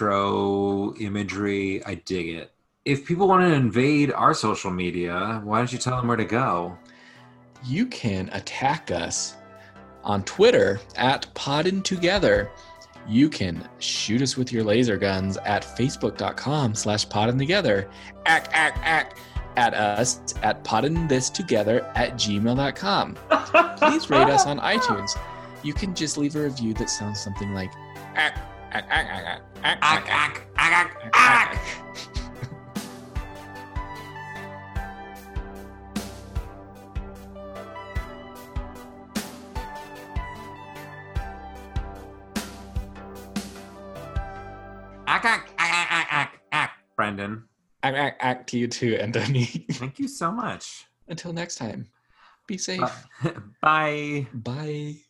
retro imagery. I dig it. If people want to invade our social media, why don't you tell them where to go? you can attack us on Twitter at Podden Together. You can shoot us with your laser guns at facebook.com slash podden together. Ack, ack, ack at us at podden this together at gmail.com. Please rate us on iTunes. You can just leave a review that sounds something like ack, ack, ack, ack, ack, ack, ack, ack, ack. Brendan, Ack, ack, ack to you too, Anthony. thank you so much. Until next time, be safe. Bye. Bye. Bye.